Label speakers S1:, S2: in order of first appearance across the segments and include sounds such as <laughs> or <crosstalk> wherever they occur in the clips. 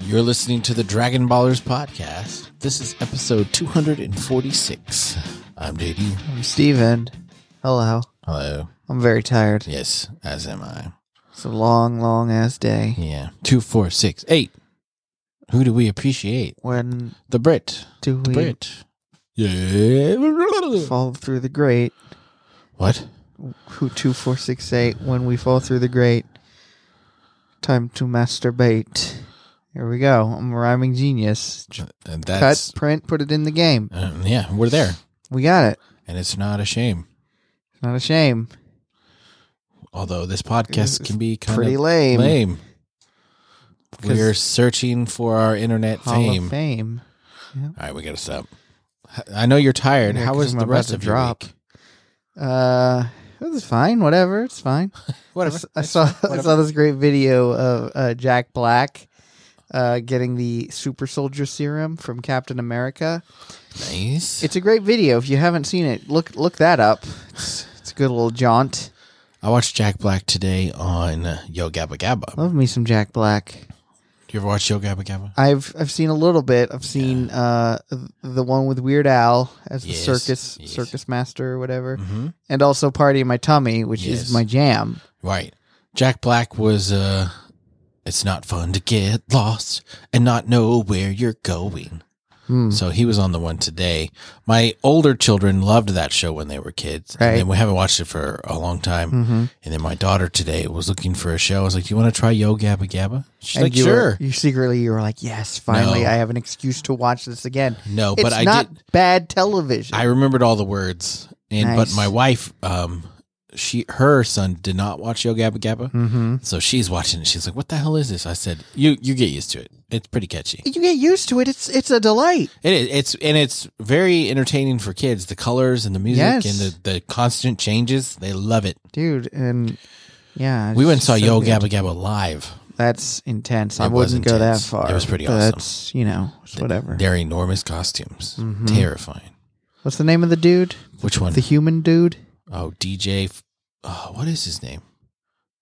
S1: You're listening to the Dragon Ballers podcast. This is episode 246. I'm JD.
S2: I'm Steven. Hello.
S1: Hello.
S2: I'm very tired.
S1: Yes, as am I.
S2: It's a long, long ass day.
S1: Yeah. 2468. Who do we appreciate?
S2: When
S1: The Brit.
S2: do we
S1: Brit. Yeah.
S2: fall through the grate?
S1: What?
S2: Who two four six eight? When we fall through the grate, time to masturbate. Here we go. I'm a rhyming genius. J-
S1: And
S2: Cut,
S1: Uh, that's.
S2: print, put it in the game.
S1: Um, yeah, we're there.
S2: We got it.
S1: And it's not a shame.
S2: Not a shame.
S1: Although this podcast
S2: It's
S1: can be kind
S2: Pretty
S1: of
S2: lame.
S1: lame.
S2: 'Cause-
S1: We're searching for our internet
S2: Hall
S1: fame.
S2: of Fame.
S1: All right, we got to stop. I know you're tired.
S2: Yeah,
S1: How
S2: 'cause
S1: was
S2: I'm
S1: the
S2: about
S1: rest
S2: to
S1: of your
S2: drop.
S1: week?
S2: Uh, it was fine. Whatever. It's fine. I
S1: Whatever.
S2: s- I saw <laughs> I
S1: Whatever.
S2: saw this great video of uh, Jack Black uh, getting the super soldier serum from Captain America.
S1: Nice.
S2: It's a great video. If you haven't seen it, look look that up. It's, it's a good little jaunt.
S1: I watched Jack Black today on uh, Yo Gabba Gabba.
S2: Love me some Jack Black.
S1: You ever watch Yo Gabba Gabba?
S2: I've I've seen a little bit. I've seen uh, th- the one with Weird Al as the
S1: Yes,
S2: circus
S1: yes.
S2: circus master or whatever,
S1: Mhm.
S2: and also Party in My Tummy, which
S1: Yes.
S2: is my jam.
S1: Right. Jack Black was. uh It's not fun to get lost and not know where you're going.
S2: Hmm.
S1: So he was on the one today. My older children loved that show when they were kids,
S2: Right.
S1: and then we haven't watched it for a long time.
S2: Mhm.
S1: And then my daughter today was looking for a show. I was like, "Do you want to try Yo Gabba Gabba?" She's
S2: And
S1: like,
S2: you
S1: "Sure."
S2: Were, you secretly you were like, yes, finally,
S1: No.
S2: I have an excuse to watch this again.
S1: No, but
S2: it's
S1: I
S2: not
S1: did.
S2: bad television.
S1: I remembered all the words, and
S2: Nice.
S1: but my wife, um, she her son did not watch Yo Gabba Gabba,
S2: mm-hmm.
S1: so she's watching it. She's like, "What the hell is this?" I said, "You you get used to it. It's pretty catchy.
S2: You get used to it. It's it's a delight.
S1: It is. It's and it's very entertaining for kids. The colors and the music
S2: Yes.
S1: and the the constant changes. They love it.
S2: Dude, and yeah.
S1: We
S2: it's
S1: went and saw
S2: so
S1: Yo
S2: good.
S1: Gabba Gabba live.
S2: That's intense. I
S1: It was
S2: wouldn't go that
S1: intense.
S2: far.
S1: It was pretty
S2: but
S1: awesome.
S2: That's you know, it's whatever.
S1: Their enormous costumes,
S2: Mhm.
S1: terrifying.
S2: What's the name of the dude?
S1: Which one?
S2: The human dude?
S1: oh, DJ. f- Oh, what is his name?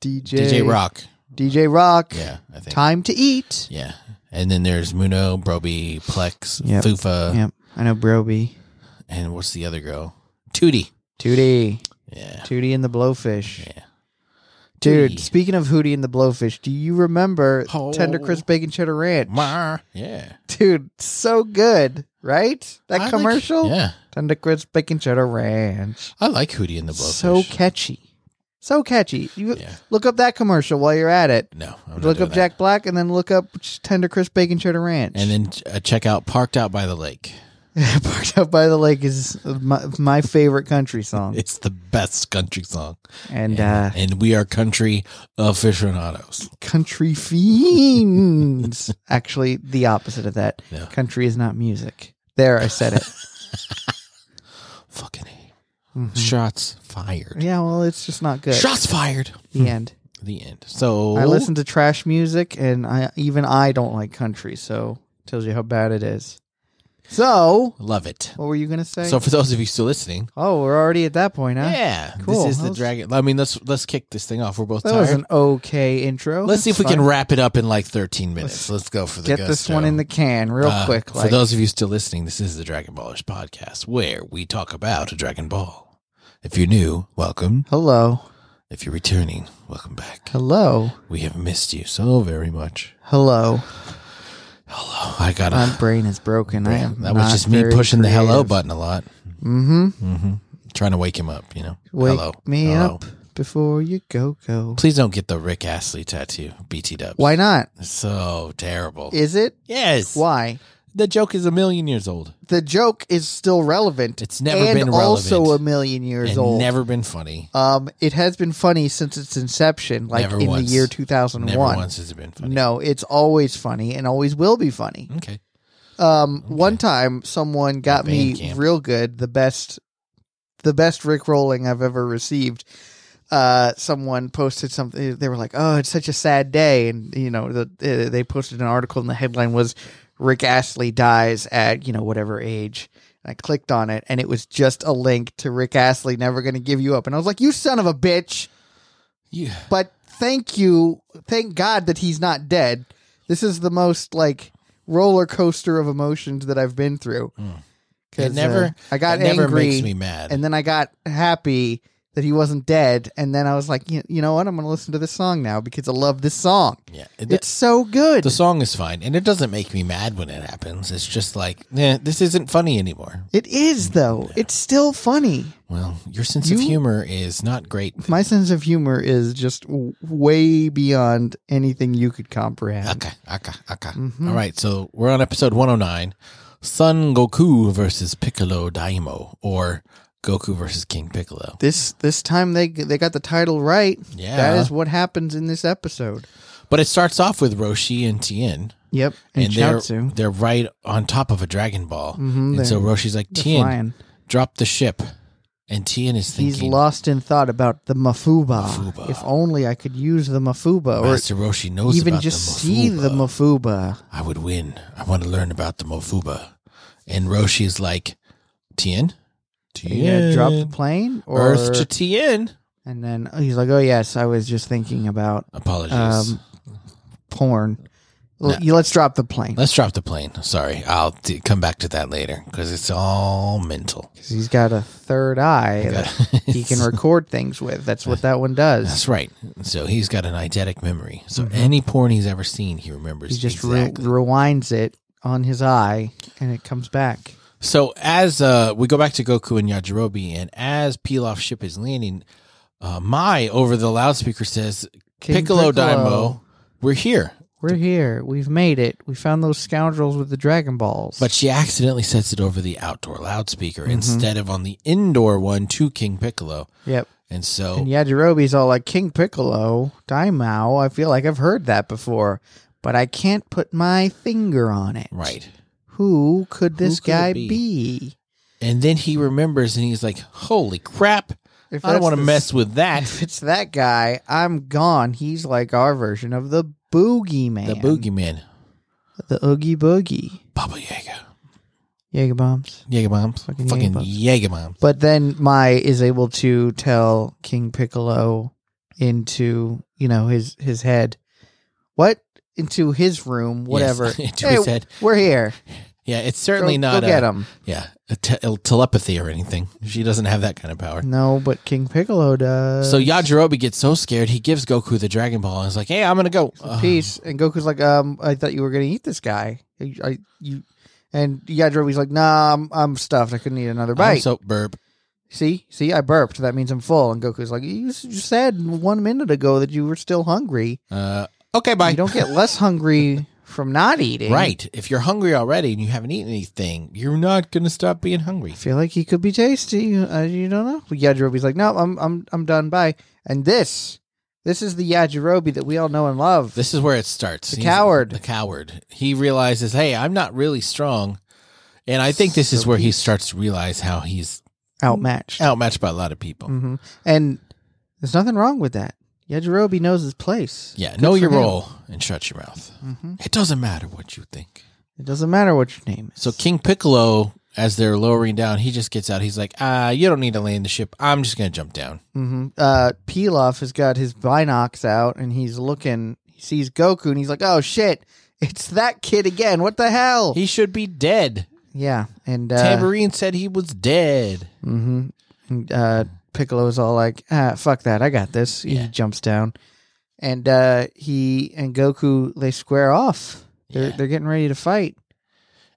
S2: DJ
S1: DJ Rock.
S2: DJ Rock.
S1: Yeah, I think.
S2: Time to eat.
S1: Yeah. And then there's Muno, Broby, Plex,
S2: Yep.
S1: Fufa,
S2: Yep. I know Broby.
S1: and what's the other girl? Tootie.
S2: Tootie.
S1: Yeah.
S2: Tootie and the Blowfish.
S1: Yeah.
S2: Dude,
S1: Tootie.
S2: speaking of Hootie and the Blowfish, do you remember
S1: Oh.
S2: Tender Crisp Bacon Cheddar Ranch?
S1: Mar. Yeah.
S2: Dude, so good, right? That
S1: I like-
S2: commercial?
S1: yeah.
S2: Tender Crisp Bacon Cheddar Ranch.
S1: I like Hootie and the Blowfish.
S2: So catchy. So catchy. You
S1: Yeah.
S2: Look up that commercial while you're at it.
S1: No. I'm not
S2: look
S1: doing
S2: up
S1: that.
S2: Jack Black and then look up Tender Crisp Bacon Cheddar Ranch.
S1: And then uh, check out Parked Out by the Lake.
S2: <laughs> Parked Out by the Lake is my, my favorite
S1: <laughs>
S2: country song.
S1: It's the best country song.
S2: And uh,
S1: And, and we are country aficionados.
S2: Country
S1: <laughs>
S2: Fiends. Actually, the opposite of that.
S1: Yeah.
S2: Country is not music. There, I said it.
S1: <laughs> Fucking A.
S2: Mhm.
S1: Shots fired.
S2: Yeah, well, it's just not good.
S1: Shots fired.
S2: the end.
S1: The end. So
S2: I listen to trash music, and I even I don't like country, so tells you how bad it is. So,
S1: Love it.
S2: what were you gonna say?
S1: So for those of you still listening,
S2: oh, we're already at that point, huh?
S1: Yeah,
S2: Cool.
S1: This is
S2: That
S1: the
S2: was-
S1: dragon. I mean, let's let's kick this thing off. We're both
S2: that
S1: tired.
S2: was an okay intro.
S1: let's see if
S2: That's
S1: we can
S2: fine.
S1: wrap it up in like 13 minutes. Let's, go for the Uh,
S2: get this one in the can real quick. Like,
S1: for those of you still listening, this is the Dragon Ballers podcast where we talk about Dragon Ball. If you're new, welcome.
S2: hello,
S1: If you're returning, welcome back.
S2: hello,
S1: We have missed you so very much.
S2: hello.
S1: Hello. I got
S2: My
S1: to
S2: brain is broken. I am.
S1: <laughs> That was just me pushing the hello button a lot,
S2: Mm-hmm.
S1: trying to wake him up, you know.
S2: Wake
S1: hello.
S2: me
S1: Hello.
S2: up before you go go.
S1: Please don't get the Rick Astley tattoo, BT dubs.
S2: Why not?
S1: So terrible.
S2: Is it?
S1: Yes.
S2: Why?
S1: The joke is a million years old.
S2: The joke is still relevant.
S1: It's never
S2: and
S1: been
S2: also
S1: relevant.
S2: a million years
S1: and
S2: old.
S1: never been funny.
S2: Um, it has been funny since its inception, like
S1: Never
S2: in
S1: once.
S2: the year
S1: Never
S2: 2001.
S1: once has it been funny.
S2: No, it's always funny and always will be funny.
S1: Okay.
S2: Um, one time someone got
S1: Band
S2: me
S1: Camp.
S2: real good, the best, the best Rick rolling I've ever received. Uh, someone posted something. They were like, "Oh, it's such a sad day," and you know, the, uh, they posted an article, and the headline was "Rick Astley dies at you know whatever age." And I clicked on it, and it was just a link to Rick Astley never going to give you up, and I was like, "You son of a bitch!"
S1: You,
S2: But thank you, thank God that he's not dead. This is the most like roller coaster of emotions that I've been through.
S1: Mm.
S2: 'Cause,
S1: It never-
S2: uh, I got
S1: it never
S2: angry,
S1: makes me mad.
S2: and then I got happy that he wasn't dead, and then I was like, you, you know what? I'm going to listen to this song now because I love this song.
S1: yeah,
S2: It's so good.
S1: the song is fine, and it doesn't make me mad when it happens. It's just like, eh, this isn't funny anymore.
S2: It is though. It's still funny.
S1: Well, your sense of
S2: You-
S1: humor is not great.
S2: My sense of humor is just w- way beyond anything you could comprehend.
S1: Okay, okay, okay.
S2: Mhm.
S1: All right, so we're on episode 109 Son Goku versus Piccolo Daimo, or Goku versus King Piccolo.
S2: This this time they they got the title right.
S1: Yeah.
S2: That is what happens in this episode.
S1: But it starts off with Roshi and Tien,
S2: Yep. And,
S1: and they're,
S2: Chaozu.
S1: they're right on top of a Dragon Ball.
S2: Mhm,
S1: and so
S2: they're-
S1: Roshi's like,
S2: They're
S1: Tien,
S2: flying.
S1: drop the ship. And Tien is
S2: He's
S1: thinking,
S2: lost in thought about the Mafuba.
S1: Mafuba.
S2: If only I could use the Mafuba or
S1: Master Roshi knows
S2: even
S1: about
S2: just
S1: the
S2: see the
S1: Mafuba.
S2: Mafuba.
S1: I would win. I want to learn about the Mofuba. And Roshi is like, Tien? Tien.
S2: Yeah, drop the plane or
S1: Earth to Tien.
S2: and then he's like, "Oh yes, I was just thinking about
S1: Apologies.
S2: um, porn. L- you- Let's drop the plane
S1: Let's drop the plane. Sorry. I'll t- come back to that later because it's all mental.
S2: 'Cause he's got a third eye that he can record things with. That's what that one does.
S1: <laughs> That's right. So he's got an eidetic memory. So any porn he's ever seen, he remembers.
S2: He Mm-hmm. just re-
S1: exactly.
S2: rewinds it on his eye, and it comes back.
S1: So as uh, we go back to Goku and Yajirobe, and as Pilaf's ship is landing, uh, Mai over the loudspeaker says,
S2: King
S1: Piccolo, Daimo, we're here.
S2: we're here. We've made it. We found those scoundrels with the Dragon Balls.
S1: But she accidentally sets it over the outdoor loudspeaker
S2: Mm-hmm.
S1: instead of on the indoor one to King Piccolo.
S2: yep.
S1: And so
S2: And Yajirobe's all like King Piccolo, Daimao. I feel like I've heard that before, but I can't put my finger on it.
S1: Right.
S2: Who could this
S1: could it
S2: guy
S1: be?
S2: be?
S1: And then he remembers and he's like, Holy crap.
S2: If
S1: I don't
S2: that's
S1: want to
S2: the-
S1: mess with that.
S2: If <laughs> it's that guy, I'm gone. He's like our version of the boogeyman.
S1: The boogeyman.
S2: The oogie boogie.
S1: Baba Yaga.
S2: Jager bombs.
S1: Yaga bombs.
S2: Fucking
S1: Fucking,
S2: Jagerbombs.
S1: Yaga bombs.
S2: But then Mai is able to tell King Piccolo into, you know, his his head. What? Into his room, whatever.
S1: Yes, <laughs> into his
S2: Hey,
S1: head.
S2: We're here.
S1: Yeah, it's certainly
S2: go,
S1: not uh,
S2: go
S1: a,
S2: get him.
S1: Yeah, a te- a telepathy or anything. She doesn't have that kind of power.
S2: No, but King Piccolo does.
S1: So Yajirobe gets so scared, he gives Goku the Dragon Ball and is like, Hey, I'm going to go. Uh,
S2: peace. And Goku's like, um, I thought you were gonna eat this guy. I, I- you, and Yajirobe's like, Nah, I'm, I'm stuffed. I couldn't eat another
S1: I'm
S2: bite.
S1: So burp.
S2: See, see, I burped. That means I'm full. And Goku's like, you s- you said one minute ago that you were still hungry.
S1: Uh, okay, bye.
S2: You don't get less hungry from not eating.
S1: Right. If you're hungry already and you haven't eaten anything, you're not going to stop being hungry.
S2: I feel like he could be tasty. Uh, you don't know. But Yajirobe's like, no, I'm, I'm, I'm done. Bye. And this, this is the Yajirobe that we all know and love.
S1: This is where it starts.
S2: The coward.
S1: The coward. He realizes, hey, I'm not really strong. And I think this is where he starts to realize how he's
S2: outmatched.
S1: outmatched by a lot of people.
S2: hmm And there's nothing wrong with that. Yajirobe knows his place.
S1: Yeah, know your
S2: for him.
S1: role and shut your mouth.
S2: hmm
S1: It doesn't matter what you think.
S2: It doesn't matter what your name is.
S1: So King Piccolo, as they're lowering down, he just gets out. He's like, ah, you don't need to land the ship. I'm just going to jump down.
S2: Mm-hmm. Uh, Pilaf has got his binocs out and he's looking. He sees Goku and he's like, "Oh shit, it's that kid again! What the hell?"
S1: He should be dead.
S2: yeah, and uh,
S1: Tambourine said he was dead.
S2: hmm and uh, Piccolo's all like, "Ah, fuck that! I got this."
S1: Yeah.
S2: He jumps down, and uh, he and Goku they square off. They're
S1: Yeah.
S2: they're getting ready to fight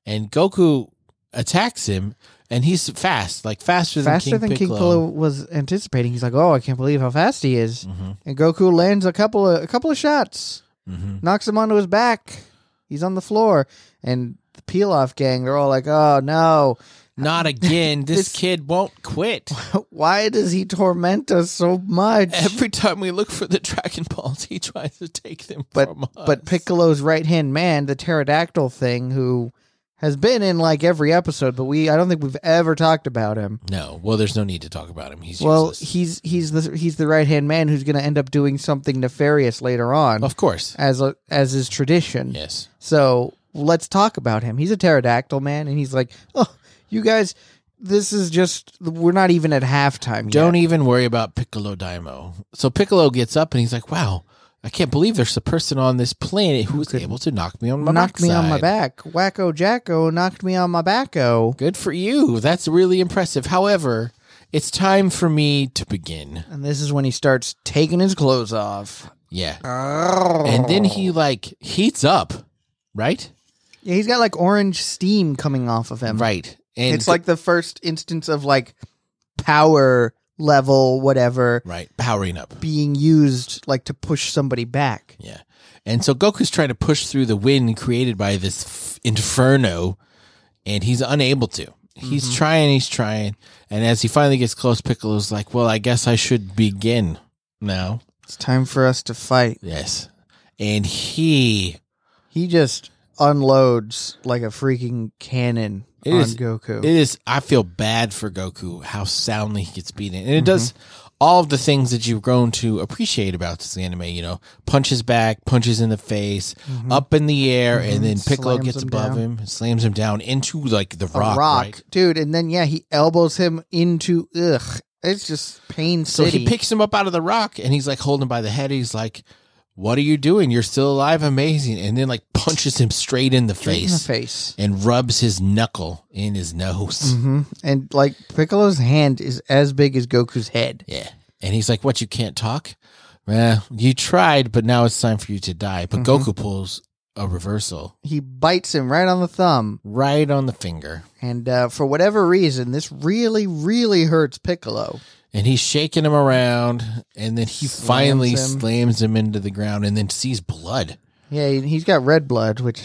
S1: and Goku attacks him, and he's fast, like faster than
S2: faster
S1: King
S2: than King Piccolo
S1: Piccolo.
S2: was anticipating. He's like, "Oh, I can't believe how fast he is!"
S1: Mhm,
S2: And Goku lands a couple of a couple of shots.
S1: mhm.
S2: knocks him onto his back. He's on the floor, and the Pilaf gang, they're all like, "Oh no, <laughs>
S1: Not again! This,
S2: This-
S1: kid won't
S2: <laughs>
S1: quit.
S2: why does he torment us so much?"
S1: Every time we look for the Dragon Balls, he tries to take them
S2: But-
S1: from us.
S2: but Piccolo's right hand man, the pterodactyl thing, who has been in like every episode, but we I don't think we've ever talked about him.
S1: no, well, there's no need to talk about him. He's
S2: Well,
S1: useless.
S2: he's he's the he's the right hand man who's going to end up doing something nefarious later on,
S1: of course,
S2: as a, as is tradition.
S1: yes.
S2: So let's talk about him. He's a pterodactyl man, and he's like, oh, you guys, this is just we're not even at halftime.
S1: Don't
S2: yet.
S1: even worry about Piccolo Daimo. So Piccolo gets up and he's like, "Wow, I can't believe there's a person on this planet who was
S2: could
S1: able to knock me on my
S2: knocked me on my
S1: backside.
S2: back. Wacko Jacko knocked me on my backo.
S1: Good for you. That's really impressive. However, it's time for me to begin.
S2: And this is when he starts taking his clothes off.
S1: Yeah.
S2: And
S1: And then
S2: Oh.
S1: he like heats up, right?
S2: Yeah, he's got like orange steam coming off of him.
S1: Right. And
S2: It's like the first instance of like power level whatever
S1: right, powering up.
S2: being used like to push somebody back.
S1: Yeah. And so Goku's trying to push through the wind created by this f- inferno, and he's unable to. He's trying, he's trying. And as he finally gets close, Piccolo's like, Well, I guess I should begin now.
S2: It's time for us to fight.
S1: Yes. And he,
S2: He just unloads like a freaking cannon
S1: It
S2: on
S1: is-
S2: Goku.
S1: it is, I feel bad for Goku how soundly he gets beaten. And it does all of the things that you've grown to appreciate about this anime, you know, punches back, punches in the face,
S2: Mhm.
S1: up in the air,
S2: Mhm.
S1: and then Piccolo
S2: Slams
S1: gets
S2: him
S1: above
S2: down.
S1: him, slams him down into like the
S2: a
S1: rock.
S2: rock,
S1: right?
S2: dude. And then yeah, he elbows him into ugh. It's just pain
S1: So
S2: city.
S1: he picks him up out of the rock and he's like holding him by the head. He's like, What are you doing? You're still alive, amazing. And then like punches him straight in the
S2: Straight in the
S1: face
S2: face.
S1: and rubs his knuckle in his nose.
S2: hmm And like Piccolo's hand is as big as Goku's head.
S1: Yeah. And he's like, What, you can't talk? Well, you tried, but now it's time for you to die. But
S2: Mm-hmm.
S1: Goku pulls a reversal
S2: He bites him right on the thumb,
S1: right on the finger.
S2: and uh, for whatever reason, this really, really hurts Piccolo.
S1: And he's shaking him around. And then he
S2: Slams
S1: finally
S2: him.
S1: slams him into the ground and then sees blood.
S2: Yeah, he- he's got red blood, which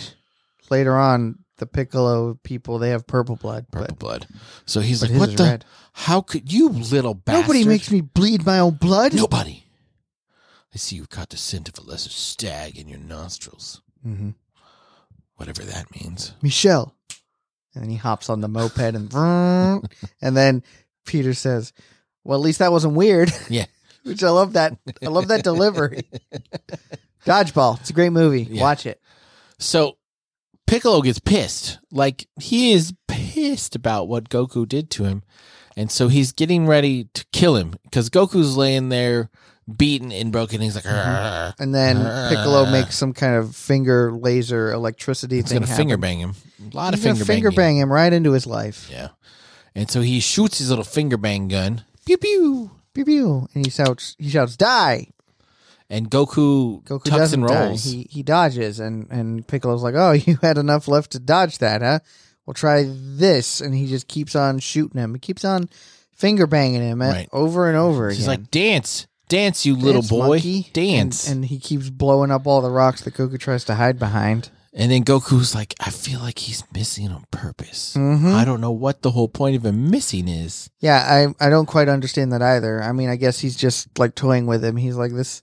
S2: later on the Piccolo people they have purple blood,
S1: Purple
S2: but
S1: blood. So he's
S2: but
S1: like,
S2: his
S1: What
S2: is
S1: the?
S2: red.
S1: How could you, little bastard?
S2: Nobody makes me bleed my own blood.
S1: Nobody. I see you caught the scent of a lesser stag in your nostrils,
S2: hmm
S1: whatever that means.
S2: Michelle. And then he hops on the moped and <laughs> vroom. and then Peter says, Well, at least that wasn't weird. <laughs>
S1: Yeah.
S2: Which I love that. <laughs> I love that <laughs> delivery. Dodgeball. It's a great movie.
S1: Yeah.
S2: Watch it.
S1: So Piccolo gets pissed. Like he is pissed about what Goku did to him. And so he's getting ready to kill him because Goku's laying there beaten and broken. He's
S2: Mm-hmm.
S1: like, "Argh."
S2: And then
S1: Ah.
S2: Piccolo makes some kind of finger laser electricity
S1: he's
S2: thing.
S1: going to
S2: happen.
S1: finger bang him. A lot
S2: He's
S1: of finger,
S2: gonna finger
S1: banging.
S2: bang him right into his life.
S1: Yeah. And so he shoots his little finger bang gun. Pew pew.
S2: Pew pew. And he shouts he shouts, Die.
S1: And Goku,
S2: Goku
S1: tucks
S2: doesn't
S1: and rolls.
S2: die. He he dodges, and and Piccolo's like, "Oh, <laughs> you had enough left to dodge that, huh? We'll try this." And he just keeps on shooting him. He keeps on finger banging him at,
S1: Right.
S2: over and over
S1: She's
S2: again.
S1: like, dance, dance, you little
S2: Dance,
S1: boy,
S2: monkey."
S1: dance.
S2: and, and he keeps blowing up all the rocks that Goku tries to hide behind.
S1: And then Goku's like, I feel like he's missing on purpose.
S2: Mhm.
S1: I don't know what the whole point of him missing is.
S2: Yeah, I I don't quite understand that either. I mean, I guess he's just like toying with him. He's like this.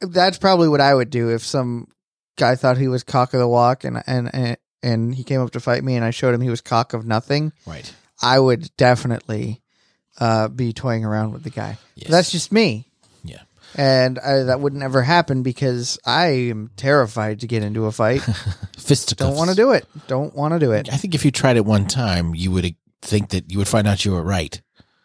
S2: That's probably what I would do if some guy thought he was cock of the walk, and and and, and he came up to fight me, and I showed him he was cock of nothing.
S1: Right.
S2: I would definitely uh, be toying around with the guy.
S1: Yes.
S2: But That's just me.
S1: Yeah.
S2: And I, that wouldn't ever happen because I am terrified to get into a fight.
S1: <laughs> fisticuffs.
S2: Don't want to do it. Don't want to do it.
S1: I think if you tried it one time, you would think that you would find out you were right,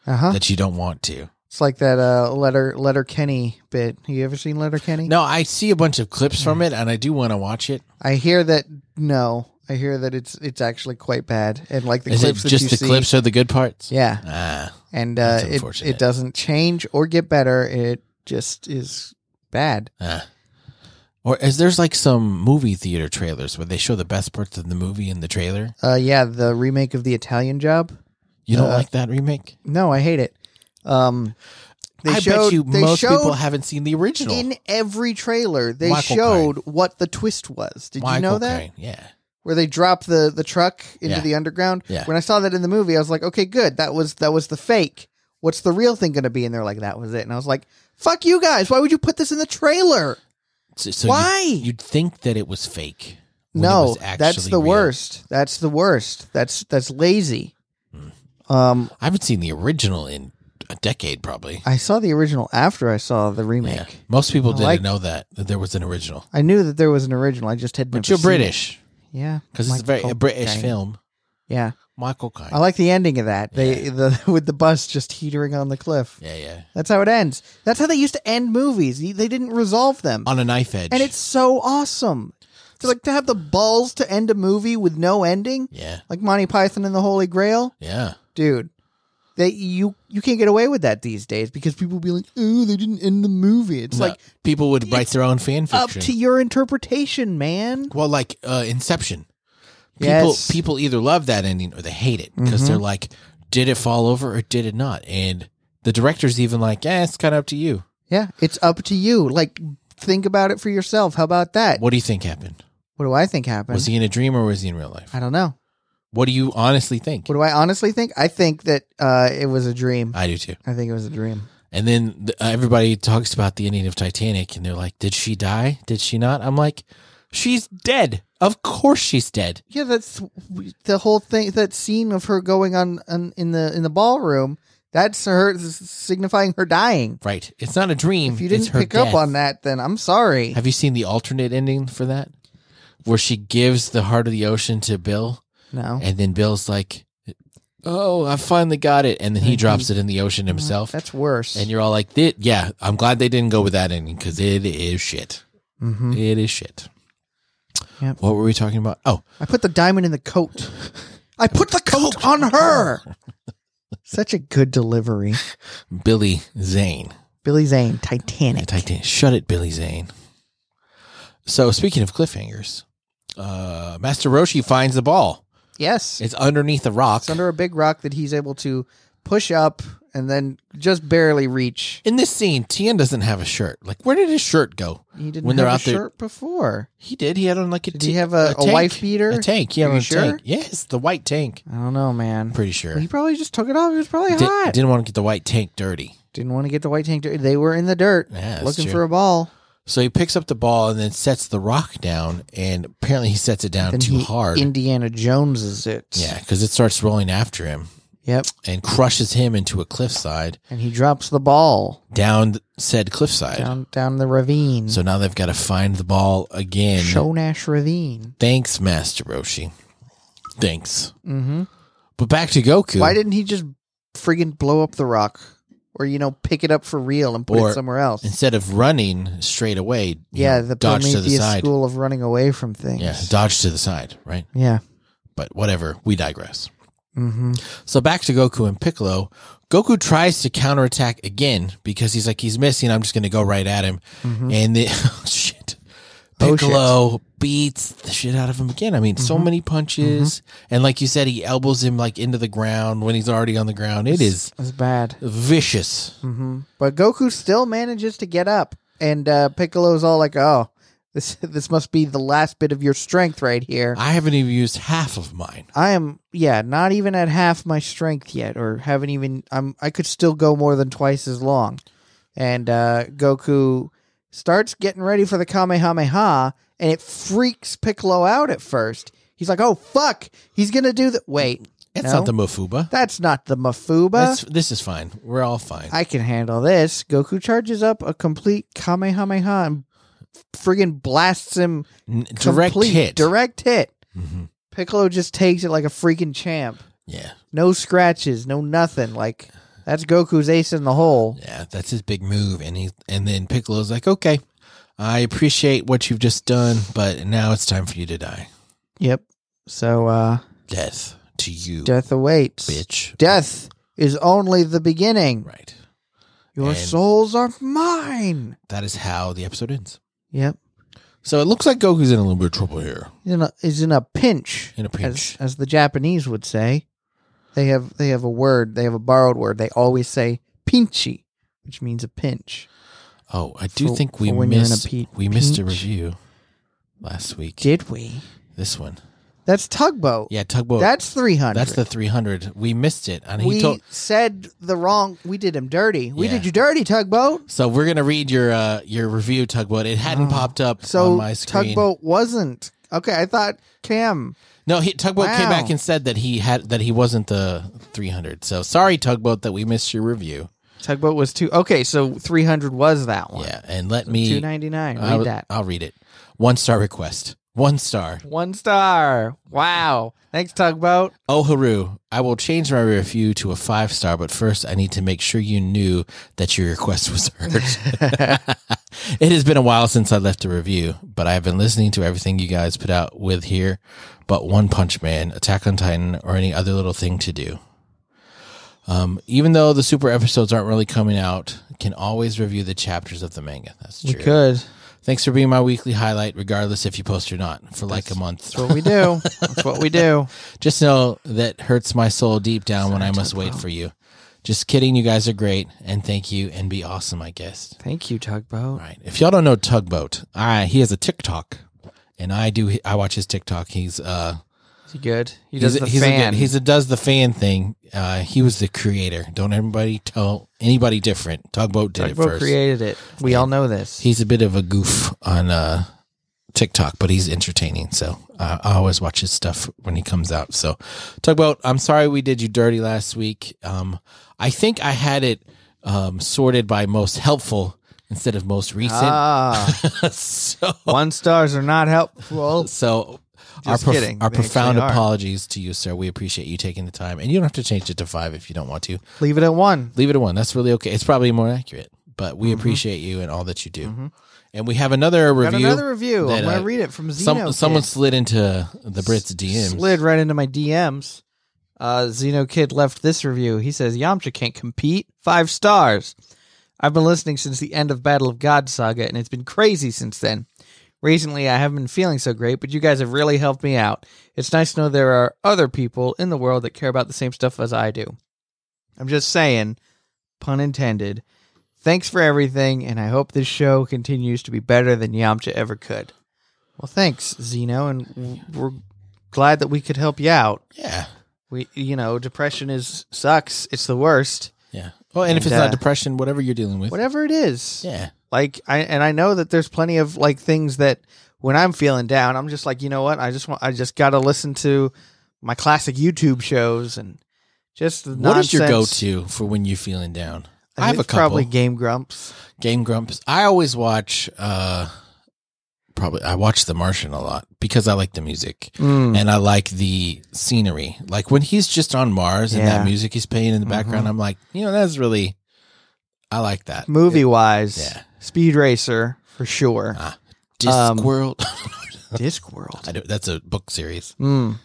S2: Uh huh.
S1: that you don't want to.
S2: It's like that uh, letter letter Kenny bit. You ever seen letter Kenny?
S1: No, I see a bunch of clips
S2: Hmm.
S1: from it and I do want to watch it.
S2: I hear that. No, I hear that it's it's actually quite bad. And like the
S1: Is
S2: clips
S1: it
S2: that
S1: just
S2: you
S1: the
S2: see,
S1: clips are the good parts?
S2: Yeah.
S1: Ah,
S2: And uh,
S1: That's
S2: it
S1: unfortunate.
S2: it doesn't change or get better. It just is bad.
S1: ah. Or is there's like some movie theater trailers where they show the best parts of the movie in the trailer?
S2: Uh, yeah, the remake of the Italian Job.
S1: You don't
S2: Uh,
S1: like that remake?
S2: No, I hate it. Um, they
S1: I
S2: showed,
S1: bet you
S2: they
S1: most
S2: showed
S1: people haven't seen the original.
S2: in every trailer they
S1: Michael
S2: showed what the twist was. Did you know
S1: Michael
S2: that?
S1: Caine, Yeah.
S2: Where they drop the the truck into
S1: Yeah.
S2: the underground.
S1: Yeah.
S2: When I saw that in the movie, I was like, okay, good. That was that was the fake. What's the real thing going to be? And they're like, that was it. And I was like, fuck you guys. Why would you put this in the trailer?
S1: So, so
S2: Why?
S1: You, would think that it was fake. when it
S2: no,
S1: was
S2: that's
S1: actually
S2: the
S1: real.
S2: worst. That's the worst. That's that's lazy.
S1: Hmm.
S2: Um,
S1: I haven't seen the original in a decade, probably.
S2: I saw the original after I saw the remake.
S1: Yeah. Most people didn't
S2: like-
S1: know that, that there was an original.
S2: I knew that there was an original. I just had
S1: But
S2: never
S1: you're
S2: seen it.
S1: British
S2: Yeah,
S1: because it's
S2: Michael
S1: very a British
S2: Caine.
S1: film.
S2: Yeah,
S1: Michael kind.
S2: I like the ending of that. They
S1: Yeah.
S2: the <laughs> with the bus just teetering on the cliff.
S1: yeah, yeah.
S2: That's how it ends. That's how they used to end movies. They- They didn't resolve them.
S1: On a knife edge.
S2: and it's so awesome. To like to have the balls to end a movie with no ending,
S1: yeah,
S2: like Monty Python and the Holy Grail,
S1: yeah.
S2: dude. That you you can't get away with that these days because people be like, "Oh, they didn't end the movie." It's
S1: No,
S2: like
S1: people would write their own fan
S2: up
S1: fiction.
S2: to your interpretation, man.
S1: well, like uh, Inception. People
S2: Yes.
S1: people either love that ending or they hate it because
S2: Mhm.
S1: they're like, did it fall over or did it not? And the director's even like, yeah, it's kind of up to you.
S2: Yeah, it's up to you. Like, think about it for yourself. How about that?
S1: What do you think happened?
S2: What do I think happened?
S1: Was he in a dream or was he in real life?
S2: I don't know.
S1: What do you honestly think?
S2: What do I honestly think? I think that uh, it was a dream.
S1: I do too.
S2: I think it was a dream.
S1: And then th- everybody talks about the ending of Titanic and they're like, did she die? Did she not? I'm like, she's dead. Of course she's dead.
S2: Yeah, that's the whole thing. That scene of her going on, on in the in the ballroom. That's her signifying her dying.
S1: Right. It's not a dream.
S2: If you
S1: It's
S2: didn't
S1: her
S2: pick up
S1: death.
S2: on that, then I'm sorry.
S1: Have you seen the alternate ending for that? Where she gives the heart of the ocean to Bill
S2: No,
S1: and then Bill's like, oh, I finally got it. And then he
S2: Mhm.
S1: drops it in the ocean himself.
S2: that's worse.
S1: and you're all like, "Th- yeah, I'm glad they didn't go with that ending because it is shit.
S2: hmm
S1: It is shit.
S2: Yep.
S1: What were we talking about? Oh,
S2: I put the diamond in the coat. I put the coat on
S1: <laughs>
S2: her. Such a good delivery,
S1: Billy Zane.
S2: Billy Zane, Titanic.
S1: Titanic. Shut it, Billy Zane. So speaking of cliffhangers, uh, Master Roshi finds the ball.
S2: Yes,
S1: It's underneath a rock.
S2: It's under a big rock that he's able to push up and then just barely reach.
S1: In this scene, Tien doesn't have a shirt. Like, where did his shirt go?
S2: He didn't
S1: When they're
S2: have a
S1: out there-
S2: shirt before.
S1: He did. He had on like a.
S2: Did he have a- a
S1: tank.
S2: wife beater?
S1: A tank. Yeah,
S2: Are you
S1: a
S2: sure?
S1: tank. Yes, the white tank.
S2: I don't know, man.
S1: I'm pretty sure.
S2: He probably just took it off. It was probably
S1: Di-
S2: hot.
S1: didn't want to get the white tank dirty.
S2: Didn't want to get the white tank. Dirty. They were in the dirt
S1: Yeah, that's
S2: looking
S1: true.
S2: for a ball.
S1: So he picks up the ball and then sets the rock down, and apparently he sets it down
S2: Then
S1: too
S2: he
S1: hard.
S2: Indiana Joneses it.
S1: yeah, because it starts rolling after him
S2: Yep.
S1: and crushes him into a cliffside
S2: And he drops the ball
S1: down th- said cliffside.
S2: down down the ravine.
S1: So now they've got to find the ball again.
S2: Shonash Ravine.
S1: Thanks, Master Roshi. Thanks.
S2: Mm-hmm.
S1: But back to Goku.
S2: Why didn't he just friggin' blow up the rock, or you know, pick it up for real and put
S1: Or
S2: it somewhere else?
S1: instead of running straight away, you
S2: Yeah,
S1: know,
S2: the
S1: dodge
S2: Prometheus
S1: to the side.
S2: school of running away from things.
S1: Yeah, dodge to the side, right?
S2: Yeah.
S1: But whatever, we digress.
S2: Mm-hmm.
S1: So back to Goku and Piccolo. Goku tries to counterattack again because he's like he's missing. I'm just going to go right at him,
S2: Mm-hmm.
S1: and <laughs> the shit.
S2: Oh, shit. Mm-hmm.
S1: Piccolo beats the shit out of him again. I mean, so many punches, and like you said, he elbows him like into the ground when he's already on the ground. It is
S2: That's bad.
S1: vicious.
S2: Mm-hmm. But Goku still manages to get up, and uh, Piccolo's all like, "Oh, this <laughs> this must be the last bit of your strength right here."
S1: I haven't even used half of mine.
S2: I am, yeah, not even at half my strength yet, or haven't even. I'm. I could still go more than twice as long. And uh, Goku starts getting ready for the Kamehameha, and it freaks Piccolo out at first. He's like, "Oh fuck, he's gonna do that." Wait,
S1: It's
S2: no.
S1: not the Mofuba.
S2: That's not the Mafuba.
S1: That's, this is fine. We're all fine.
S2: I can handle this. Goku charges up a complete Kamehameha and friggin' blasts him.
S1: N- direct
S2: complete,
S1: hit.
S2: Direct hit.
S1: Mhm.
S2: Piccolo just takes it like a freaking champ.
S1: Yeah,
S2: No scratches, no nothing. Like, that's Goku's ace in the hole.
S1: Yeah, that's his big move, and he and then Piccolo's like, "Okay, I appreciate what you've just done, but now it's time for you to die.
S2: Yep. So, uh,
S1: Death to you,
S2: death awaits.
S1: bitch."
S2: Death is only the beginning.
S1: Right.
S2: Your
S1: And-
S2: souls are mine.
S1: That is how the episode ends.
S2: Yep.
S1: So it looks like Goku's in a little bit of trouble here.
S2: He's in a, he's in a pinch.
S1: In a pinch.
S2: as, as the Japanese would say. They have they have a word. They have a borrowed word. They always say pinchy, which means a pinch.
S1: Oh, I do
S2: For-
S1: think we
S2: for when you're in a
S1: missed
S2: pe-
S1: we missed a
S2: pinch.
S1: review last week.
S2: Did we?
S1: this one,
S2: That's tugboat.
S1: yeah, tugboat.
S2: That's three hundred.
S1: that's the three hundred. We missed it, and he
S2: we
S1: told.
S2: said the wrong. We did him dirty. We
S1: Yeah.
S2: did you dirty, tugboat.
S1: So we're gonna read your uh, your review, tugboat. It hadn't
S2: Oh.
S1: popped up on
S2: So
S1: my screen.
S2: tugboat wasn't okay. I thought Cam.
S1: No, he, Tugboat came
S2: Wow.
S1: back and said that he had that he wasn't the 300. So sorry, Tugboat, that we missed your review.
S2: Tugboat was two. Okay, so three hundred was that one.
S1: Yeah, and let me.
S2: Two ninety nine. Read
S1: I'll,
S2: that.
S1: I'll read it. One star request. One star.
S2: One star. Wow. Thanks, Tugboat.
S1: Oh, Haru, I will change my review to a five star, but first I need to make sure you knew that your request was heard. <laughs> it has been a while since I left a review, but I have been listening to everything you guys put out with here, but One Punch Man, Attack on Titan, or any other little thing to do. Um, even though the super episodes aren't really coming out, can always review the chapters of the manga. That's true.
S2: could.
S1: Thanks for being my weekly highlight, regardless if you post or not, for like a month.
S2: That's what we do. That's what
S1: <laughs>
S2: we do.
S1: Just know that hurts my soul deep down when I must wait for you. Just kidding, you guys are great, and thank you, and be awesome, I guess.
S2: Thank you, Tugboat.
S1: Right. If y'all don't know Tugboat, I he has a TikTok, and I do. I watch his TikTok. He's uh,
S2: Is he good? He
S1: he's
S2: does the
S1: he's a
S2: fan.
S1: good- he's a does the fan thing. Uh, he was the creator. Don't everybody tell anybody different. Tugboat did it
S2: Tugboat
S1: first.
S2: created it. We all know this.
S1: He's a bit of a goof on uh, TikTok, but he's entertaining. So uh, I always watch his stuff when he comes out. So Tugboat, I'm sorry we did you dirty last week. Um, I think I had it um, sorted by most helpful instead of most recent.
S2: ah,
S1: <laughs> so
S2: one stars are not helpful.
S1: so our,
S2: Just
S1: prof-
S2: kidding.
S1: our
S2: They actually
S1: profound
S2: are.
S1: apologies to you, sir. We appreciate you taking the time, and you don't have to change it to five if you don't want to.
S2: Leave it at one.
S1: Leave it at one. That's really okay. It's probably more accurate, but
S2: Mm-hmm.
S1: we appreciate you and all that you do. And we have another
S2: Got
S1: review.
S2: Mm-hmm. another review.
S1: that,
S2: I'm gonna
S1: uh,
S2: read it from Xeno.
S1: Some,
S2: Kid.
S1: someone slid into the Brits DM.
S2: slid right into my DMs. Uh, Xeno Kid left this review. He says Yamcha can't compete. Five stars. I've been listening since the end of Battle of God saga, and it's been crazy since then. Recently, I haven't been feeling so great, but you guys have really helped me out. It's nice to know there are other people in the world that care about the same stuff as I do. I'm just saying, pun intended. Thanks for everything, and I hope this show continues to be better than Yamcha ever could. Well, thanks, Zeno, and w- we're glad that we could help you out.
S1: Yeah,
S2: We, you know, depression is sucks. It's the worst.
S1: yeah. Well, and if
S2: And,
S1: it's
S2: uh,
S1: not depression, whatever you're dealing with,
S2: Whatever it is,
S1: yeah,
S2: like I and I know that there's plenty of like things that when I'm feeling down, I'm just like, you know what? I just want, I just got to listen to my classic YouTube shows and just the
S1: what is your
S2: nonsense.
S1: go-to for when you're feeling down?
S2: think
S1: I have a
S2: it's
S1: couple.
S2: probably Game Grumps.
S1: Game Grumps. I always watch. uh Probably I watch The Martian a lot because I like the music.
S2: Hmm.
S1: and I like the scenery. Like when he's just on Mars and
S2: Yeah.
S1: that music he's playing in the background,
S2: Mhm.
S1: I'm like, you know, that's really, I like that
S2: Movie wise,
S1: Yeah.
S2: Speed Racer for sure.
S1: Ah.
S2: Um,
S1: Discworld. <laughs> Uh,
S2: Discworld.
S1: I don't- that's a book series.
S2: Mm.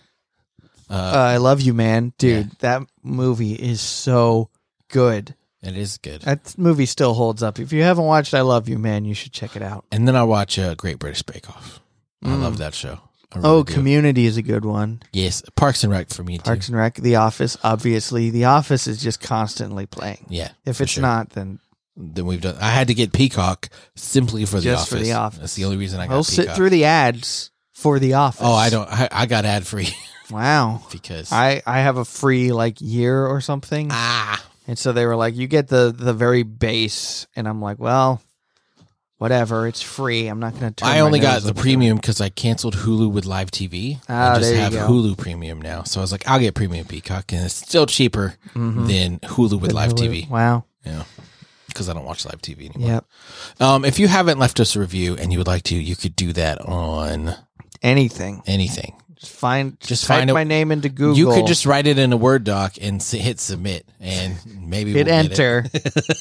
S1: Uh,
S2: Uh, I love you, man, dude. That movie is so good.
S1: it is good.
S2: That movie still holds up. If you haven't watched I Love You, man, you should check it out.
S1: and then I watch uh, Great British Bake Off. I
S2: Mm.
S1: love that show. I really
S2: Oh,
S1: do.
S2: Community is a good one.
S1: yes, Parks and Rec for me
S2: Parks and Rec, The Office, obviously. The Office is just constantly playing.
S1: too. Yeah,
S2: If
S1: for
S2: it's
S1: sure.
S2: not, then
S1: then we've done. I had to get Peacock simply for the
S2: Just
S1: office.
S2: for The Office.
S1: That's the only reason I got
S2: we'll sit
S1: Peacock.
S2: through the ads for The Office.
S1: oh, I don't. I, I got ad free <laughs>
S2: Wow.
S1: because
S2: I, I have a free like year or something.
S1: ah
S2: And so they were like, "You get the the very base," and I'm like, "Well, whatever. It's free. I'm not going to."
S1: I only got the premium because I canceled Hulu with live TV.
S2: Ah,
S1: I just
S2: there you
S1: have
S2: go.
S1: Hulu premium now. So I was like, I'll get premium Peacock, and it's still cheaper
S2: Mm-hmm.
S1: than Hulu with live TV.
S2: Wow.
S1: Yeah. Because I don't watch live TV anymore.
S2: Yep.
S1: Um, if you haven't left us a review and you would like to, you could do that on
S2: Anything.
S1: anything.
S2: Just find.
S1: Just
S2: Just type
S1: find a-
S2: my name into Google.
S1: You could just write it in a Word doc and s- hit submit, and maybe we'll
S2: hit
S1: get it.
S2: enter.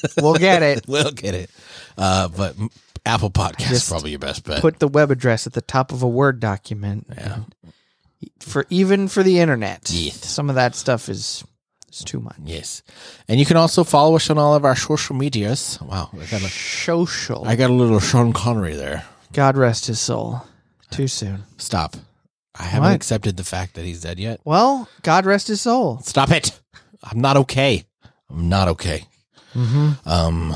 S2: <laughs> we'll get it.
S1: <laughs> We'll get it. Uh, but m- Apple Podcast is
S2: Just
S1: probably your best bet.
S2: Put the web address at the top of a Word document.
S1: Yeah.
S2: For even for the internet,
S1: Yes.
S2: some of that stuff is is too much.
S1: yes. And you can also follow us on all of our social medias. Wow. I got a-
S2: Social.
S1: I got a little Sean Connery there.
S2: God rest his soul. Too soon.
S1: Stop. I haven't
S2: What?
S1: accepted the fact that he's dead yet.
S2: Well, God rest his soul.
S1: Stop it. I'm not okay. I'm not okay.
S2: Mm-hmm.
S1: Um.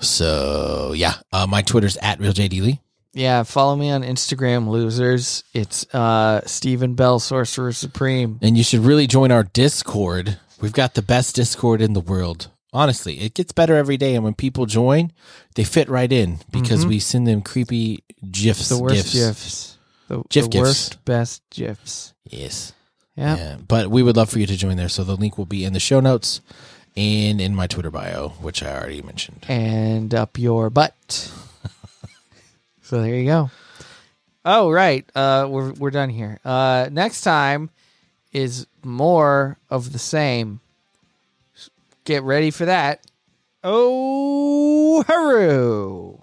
S1: So yeah, uh, my Twitter's at realjdlee.
S2: Yeah, follow me on Instagram, losers. It's uh Stephen Bell, Sorcerer Supreme.
S1: and you should really join our Discord. We've got the best Discord in the world. Honestly, it gets better every day, and when people join, they fit right in because we send them creepy gifs.
S2: Mm-hmm. The worst
S1: gifs.
S2: gifs. The,
S1: GIF
S2: the
S1: gifs.
S2: worst, best gifs.
S1: Yes.
S2: Yeah.
S1: Yeah, but we would love for you to join there. So the link will be in the show notes and in my Twitter bio, which I already mentioned.
S2: And up your butt. so there you go. Oh right, uh, we're we're done here. Uh, next time is more of the same. Get ready for that. Oh, hooroo!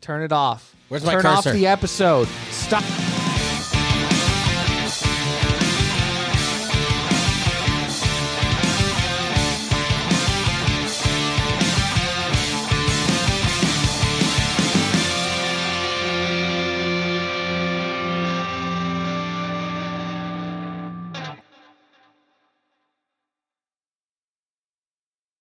S2: Turn it off.
S1: Where's my
S2: Turn off
S1: cursor?
S2: the episode. Stop.